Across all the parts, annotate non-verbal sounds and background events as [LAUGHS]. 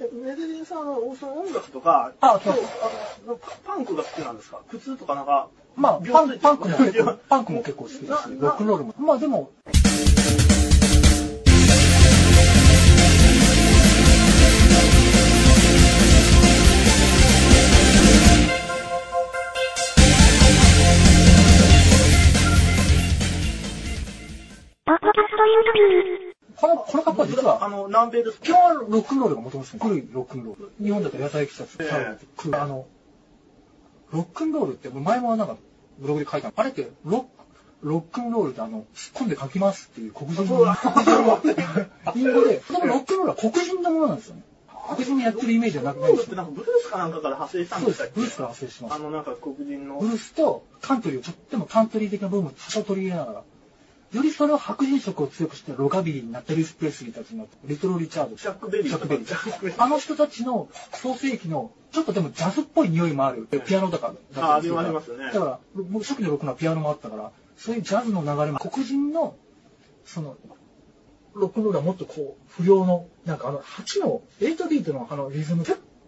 えメデリンさんは、おその音楽とか、あ今日そうあのパパンクが好きなんですか普通とかなんか、まあ、パンパンクも結構、パンクも結構好きだし、なロックンロールも。まあでも、ポッドキャストユートピー。この、この格好は実あは、の、南米です基本はロックンロールがもともと古いロックンロール。日本だと野菜喫茶とええサラダと来るあの、ロックンロールって、前もなんかブログで書いたあれってロック、ロックンロールってあの、突っ込んで書きますっていう黒人のそう [LAUGHS] だ英語で、でもロックンロールは黒人のものなんですよね。黒人にやってるイメージはなくブないんルでースすっよて。なんかブルースかなんかから派生したんそでうでしたっす。けブルースから発生しますあ。の、なんか黒人のブ、ルースとカントリーをとってもカントリー的な部分を多少取り入れながら、よりそれを白人色を強くしてロカビリーになったリス・プレスリーたちのリトル・リチャード、ジャックベリージャとかックベリージャックベリーあの人たちの創世紀の、ちょっとでもジャズっぽい匂いもある、ピアノとかだったあありりるからますよねだから、もう初期のロックのピアノもあったから、そういうジャズの流れも、黒人の、その、ロックンロールはもっとこう、不良の、なんかあの、8の、8ビートのあのリズム、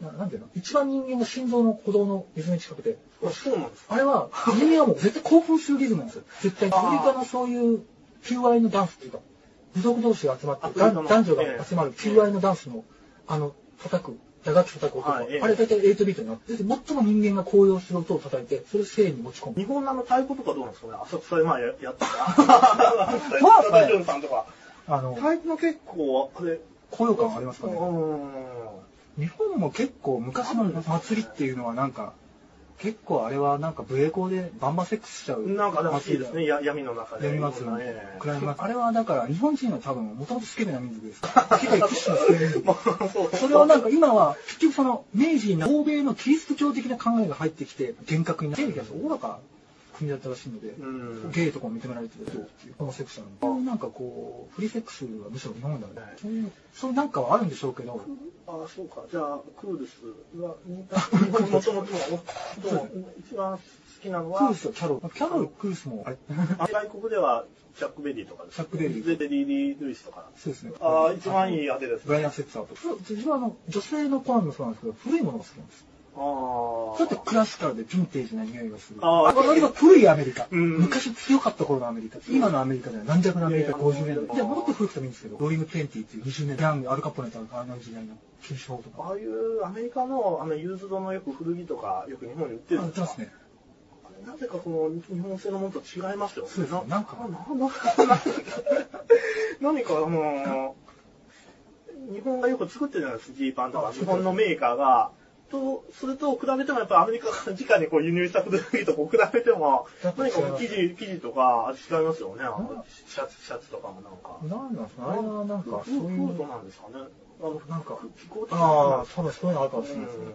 ななんていうの一番人間の心臓の鼓動のリズムに近くて、あ、そうなんですあれは、人間はもう絶対興奮するリズムなんですよ。絶対、あーアフリカのそういう、求愛のダンスっていうか、部族同士が集まって、だアフリカの男女えがえ集まる求愛のダンスの、あの、叩く、打楽器叩く音はいええあれ大体8ビートになって、最も人間が高揚する音を叩いて、それを性に持ち込む。日本のあの太鼓とかどうなんですかね浅草で前ややってた。 [LAUGHS] まあ浅草純さんとか。あの太、鼓の結構、あれ、高揚感ありますかうね。ーん。日本も結構昔の祭りっていうのはなんか、結構あれはなんか武衛校でバンバンセックスしちゃう。なんかでもいいですね、や闇の中で。やりますよねえ。え暗闇の中あれはだから、日本人は多分、もともとスケベな民族ですから。世界屈指のスケベ民族。まあ [LAUGHS] そう [LAUGHS] それはなんか今は、結局その、明治に欧米のキリスト教的な考えが入ってきて、厳格になって、天気がおおらか国だったらしいので、うんゲイとかも認められてるっていう、ホモセクション。なんかこう、フリーセックスはむしろ日本だねはい。そういう、そういうなんかはあるんでしょうけど、ああ、そうか。じゃあ、クールスは、日本もともとの、そう一番好きなのクーはル、スとキャロル、キャロル、クールスも、あれ [LAUGHS] 外国では、ジャックベリーとかです。ジャックベリーゼリリー・ルイスとか。そうですね。ああ、一番いいあれですブライアン・ね。セッツァーと。自分はあの、女性の好みもそうなんですけど、古いものが好きなんです。ああ。ちょっとクラシカルでヴィンテージな匂いがする。あーこれは古いアメリカ。うん昔強かった頃のアメリカ。今のアメリカでは軟弱なアメリカいやいや50年代。で、もっと古くてもいいんですけど、ローリング20っていう20年代、ヤング、アルカポネとか、あの時代の金賞とか。ああいうアメリカのあのユーズドのよく古着とかよく日本に売ってるあん売でっすかてますね。あれなぜかこの日本製のものと違いますよね。そうですねなんかななな何かあのー日本がよく作ってるじゃないですか、ジーパンとあか。そう日本のメーカーが。と、それと比べてもやっぱりアメリカから直にこう輸入した古着とこう比べてもやっ、ぱ何違いかこうます生地、生地とか味違いますよね。あのシャツ、シャツとかもなんか。なんなんですかあれはなんか、そうフいードう、なんですかね。あの、なんか、気候的なああ、多分そういうのあるかもしれないですね。う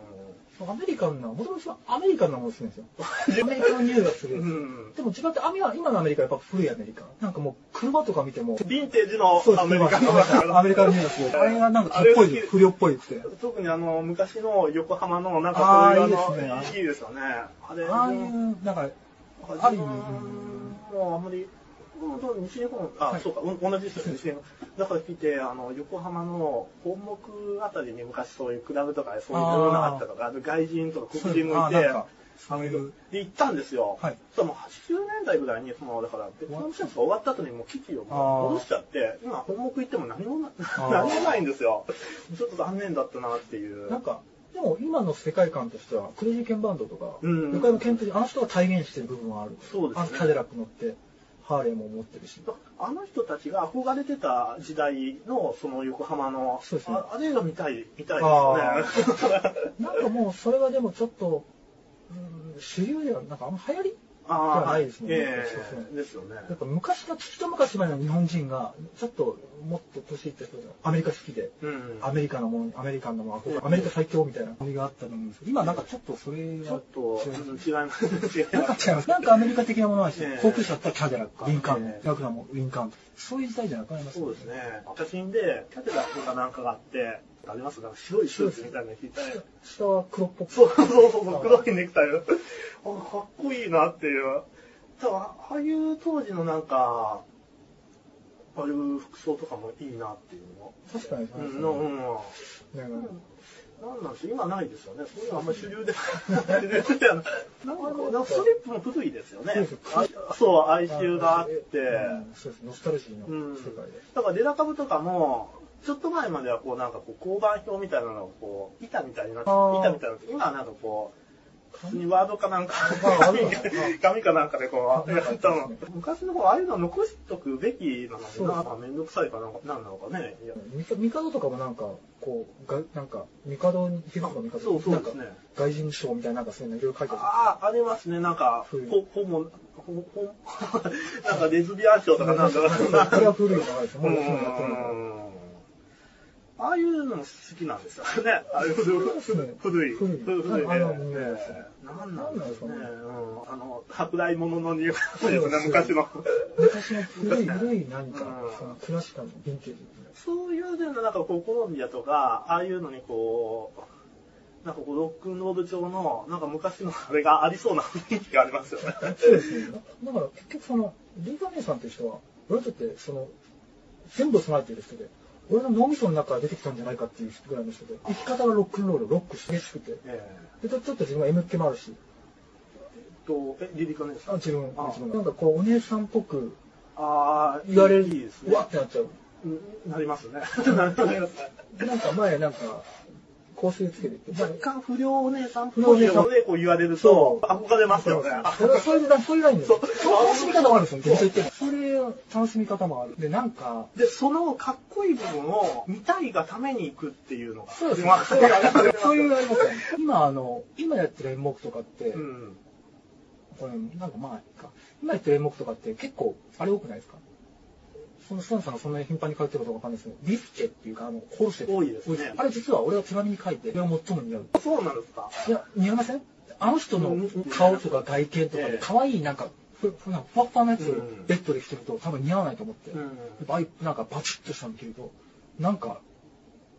アメリカンな、もともとアメリカンなもの好きなんですよ。アメリカの匂いがする。ん。でも自分ってアメリカ今のアメリカはやっぱ古いアメリカ。なんかもう車とか見ても、ヴィンテージのそうですアメリカの [LAUGHS] アメリカの匂いがする。あれがなんか木っぽいの、不良っぽいくて。特にあの、昔の横浜の、なんかそういうあーいいですねあの、いいですよね。あれ、ああいでもう、なんか、あある意味、もうあんまり、もうどう西日本、あ、はいそうか、うん同じですよ、西日本。だから来て、あの、横浜の本木あたりに昔そういうクラブとか、そういうものがあったとか、で外人とか黒人もいそうてですあなんか、あので、行ったんですよ。はいそしたらもう80年代ぐらいに、その、だから、ベトナム戦争が終わった後にもう基地をもう戻しちゃって、今本木行っても何もな、あー何もないんですよ。ちょっと残念だったなっていう。なんか、でも今の世界観としては、クレイジーケンバンドとか、うん横山健とあの人が体現してる部分はある。そうですねあのキャデラック乗って、ハーレーも持ってるし。あの人たちが憧れてた時代のその横浜の、そうですねああれが見たい、見たい [LAUGHS] あですね。なんかもう、それはでもちょっと、うん主流では、なんかあんま流行りあーじゃないですねえそうですえですよね。なんか昔の、一昔前の日本人が、ちょっと、もっと年いった人が、アメリカ好きで、うん。アメリカのもの、アメリカンのもの憧れうんアメリカ最強みたいなノリがあったと思うんですけど、今なんかちょっとそれちょはっと、違いますうん違い [LAUGHS] ます。違いなんかま違いす。ます。なんかアメリカ的なものは、ええ高級車だったらキャデラック、リンカーンえも、えラクダも、リンカーンも。そういう時代じゃなくなりますそうです。ね。写真で、キャテラックかなんかがあって、ありますなんか白いシューズみたいなの着て、下は黒っぽく。そうそうそうそう、黒いネクタイの。あ、かっこいいなっていう。ただ、ああいう当時のなんか、あいう服装とかもいいなっていうの。確かにうそうですん、ねのうん。ねなんなんです今ないですよね。そういうのあんまり主流 [LAUGHS] で。主流ではないなんかこうなんかストリップも古いですよねそうです。あそう、哀愁があって。うんそうですノスタルジーのうん世界で。だからデラ株とかも、ちょっと前まではこうなんかこう交番表みたいなのがこう、板みたいになって、あー板みたいになって、今はなんかこう、普通にワードかなんか、あ紙ああ紙かなんかでこう、あやったそうのです。昔の方ああいうの残しとくべきなのそうにでな、すなんかめんどくさいかなんか、なんなのかね。いやミカミカドとかもなんか、こう、がなんか、ミカドに、ヒロコミカドそうそうですなねんか。外人賞みたいな、なんかそういうのいろいろ書いてあああ、ありますね。なんか、古いほ、ほも、ほ、ほ、 [LAUGHS] なんかレズビアン賞る。とかなんか、なん [LAUGHS] かこれは古いのがあるんですよ。うもう今やってるのが。んああいうのも好きなんですよね。ああいう古い。古い。古い古いね。あえのえなんなんですかね。なんなうんあの、舶来物の匂いですそうねで、す昔の。昔の古い、古い何かうん、そのクラシカルのヴィンテージみたいな。そういうの、なんかこう、コロンビアとか、ああいうのにこう、なんかこう、ロックンロール調の、なんか昔のあれがありそうな雰囲気がありますよ [LAUGHS] ね。そうですね。だから結局その、リーガネさんっていう人は、俺にとってその、全部備えてる人で、俺の脳みその中から出てきたんじゃないかっていう人ぐらいの人で、生き方がロックンロール、ロック激しくて、ええでちょちょっと自分は M っ気もあるし、えっと、え、リリカねあ自分、あ自分。なんかこう、お姉さんっぽくああ、言われる、いいですうねわ。ってなっちゃう。うんなります [LAUGHS] ね。なりますね。でなんか前、なんか、香水つけて [LAUGHS] て、若干不良お姉さんっぽ不良おい姉さんでこう言われるとそう憧れますよね。それはそれでな、そういうラインですよ。そうその楽しみ方もあるんですよ、っても。それ、楽しみ方もある。で、なんか、で、そのかっこいい部分を見たいがために行くっていうのが。そうですねまあ。そう [LAUGHS] いうそういうありますね。今、あの、今やってる演目とかって、うん。これ、なんかまあいいか、今やってる演目とかって結構、あれ多くないですかそのスタンさんがそんなに頻繁に書いてるかどうかわかんないですけど、ビスケっていうか、あの、コルセット。多いですねあれ実は俺は手紙に書いて、それは最も似合う。そうなんですか。いや、似合いませんあの人の顔とか外見とかえでえ、可愛いなんか、ふふなんかふわふわのやつをうんベッドで着てると多分似合わないと思って、うんバイなんかバチッとしたの着ると、なんか、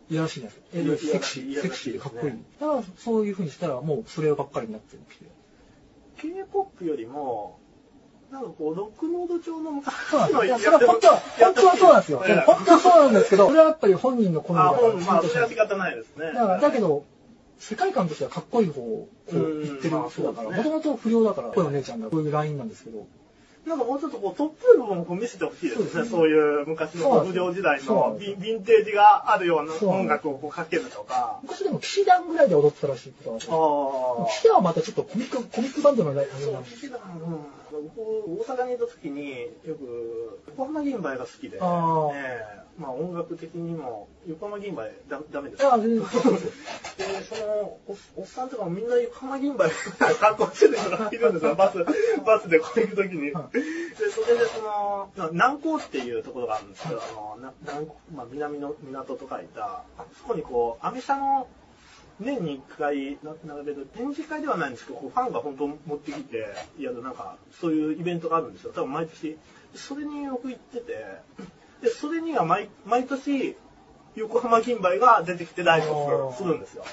いやらしいじゃないですか。いセやクシいー、やセクシーでかっこいいいや。だからそういう風にしたらもうそればっかりになってきて。 K-POP よりも、なんかこう、ロックノード調の昔そうなんですのよ。いや、それは本当は、本当はそうなんですよ。ええ本当はそうなんですけど、それはやっぱり本人の好みあ、だから本、ちまゃんあ、としそなれいは仕方ないですね。だから、だけど、世界観としてはかっこいい方をこう言ってる人うんだから、まあそうですねもともと不良だから、これお姉ちゃんだ、こういうラインなんですけど、なんかもうちょっとこう、トップ部分をこう見せてほしいですね。そうそうですねいう昔の不良時代そうなんのですヴよィンヴィンテージがあるようなそうなんです音楽をこうかけるとか。昔でも騎士団ぐらいで踊ってたらしいことがあってああ。騎士団はまたちょっとコミック、コミックバンドのラインあれそなうんです岸田さんうん、僕大阪にいた時によく横浜銀杯が好きで、えあーえまあ、音楽的にも横浜銀杯だダメですああ、全然。でそのおおっさんとかもみんな横浜銀杯 [LAUGHS] 観光してる人がいるんですよバスバスでこう行く時にではそれでそのな南港っていうところがあるんですけどあのな南港まあ、南の港と書いたあそこにこうアメ車の年に1回な並べる展示会ではないんですけどこうファンが本当持ってきてやるなんかそういうイベントがあるんですよ多分毎年それに僕行っててでそれには毎毎年横浜銀杯が出てきてライブをするするんですよ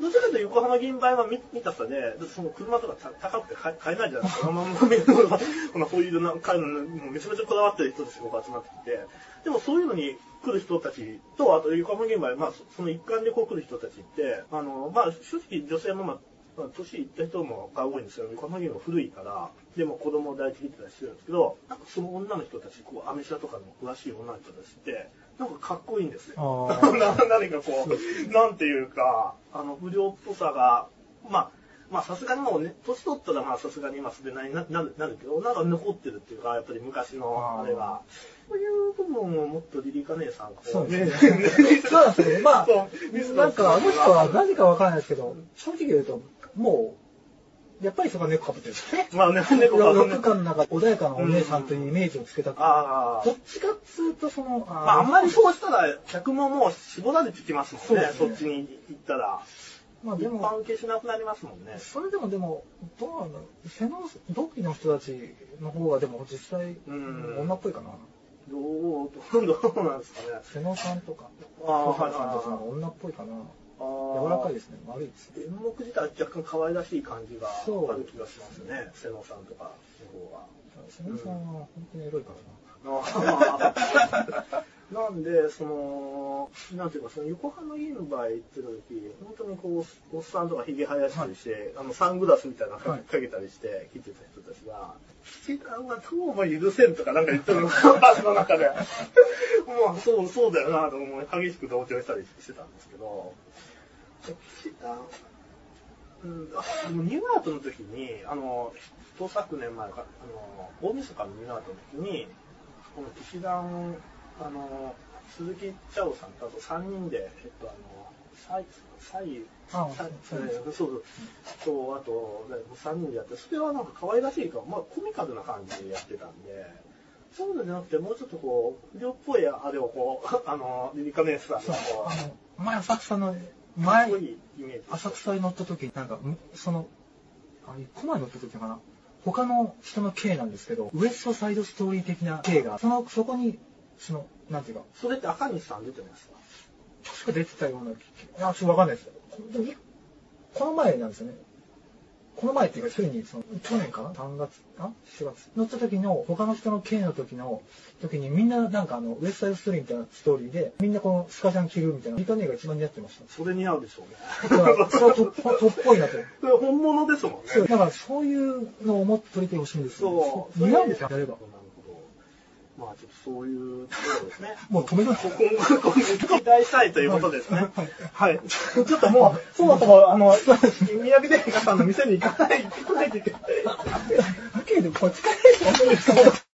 どちらかというと横浜銀杯は見見たさで、だってその車とかた高くて買え買えないじゃないです [LAUGHS] か。まあまあみんな [LAUGHS] こんなホイールなんか買うのもうめちゃめちゃこだわってる人たちがこう集まってきて、でもそういうのに来る人たちと、あと横浜銀杯、まあそその一環でこう来る人たちって、あの、まあ正直女性もまあ、まあ年いった人もが多いんですよ。横浜銀杯古いから、でも子供を抱いてきてたりしてるんですけど、なんかその女の人たち、こう、アメ車とかの詳しい女の人たちって、なんかかっこいいんですよ。あー [LAUGHS] な何かこう、なんていうか、あの、不良っぽさが、まあ、まあさすがにもうね、年取ったらまあさすがに今滑らないななるなるけど、なんか残ってるっていうか、やっぱり昔のあーあれが。そういう部分をもっとリリカ姉さんこそうねですね。 [LAUGHS] そうなんですよね。まあそう、なんか、あの人は何かわからないですけど、正直言うと、もう、やっぱりそこは猫かぶってるんですね。まあね、猫が6間の中で穏やかなお姉さんというイメージをつけたくてああどっちかっつうと、その、まあ、あんまりそう。そうしたら、客ももう絞られてきますもんね、そそうですねっちに行ったら。まあ一でも、般受けしなくなりますもんね。それでもでも、どうなの背の同期の人たちの方がでも実際、うん女っぽいかな。どう、どうなんですかね。瀬野さんとか、ああ、瀬は野いさんとかなんかは女っぽいかな。いはい。。柔らかいですすね。悪いですね。演目自体は若干可愛らしい感じがそうある気がしますね。瀬野さんとかの方が。瀬野さんは本当にエロいからな。 [LAUGHS] なんで、その、なんていうか、その横浜の家の場合行ってた時、本当にこう、おっさんとかひげ生やしたりして、あの、サングラスみたいなのかはいけたりして、来てた人たちが、七段はどうも許せんとかなんか言ってるの、バスの中 [LAUGHS] で。もう、そう、そうだよなと思い、激しく同調したりしてたんですけど、七段、うん、あでもニューアートの時に、あの、一昨年前か、あの、大晦日のニューアートの時に、この劇団、あの、鈴木茶夫さんとあと3人で、えっと、あの、サイ、サイ、あサイそうですそうそう、と、あと、3人でやって、それはなんか可愛らしいか、まあコミカルな感じでやってたんで、そういうのじゃなくて、もうちょっとこう、量っぽいあれをこう、 [LAUGHS] あの、リリカネスさんのそうこあの前浅草のう、前かっこいいイメージ。浅草に乗った時になんかむそのあ一個前乗った時かな他の人の K なんですけどウエストサイドストーリー的な K がそのそこにそのなんていうかそれって赤西さん出てますか確か出てたような気があちょっとわかんないですでもいこの前なんですよねこの前っていうかついにその去年かな3月あ4月乗った時の他の人の K の時の時にみんななんかあのウエストサイドストーリーみたいなストーリーでみんなこのスカジャン着るみたいなリカネが一番似合ってましたそれ似合うでしょうね。だからそれはトップトップっぽいなと [LAUGHS] それ本物ですもんね。そう、だからそういうのをもっと取りてほしいんですよ。そう。似合うんですよ、やればなる。ほど。まあちょっとそういうところですね。もう止めない。今後、今後、期待したいということですね。はい。ちょっともう、そそももそそも、あ [LAUGHS] の、宮城電化さんの店に行かない、行かないといけない。だけど、こっちから。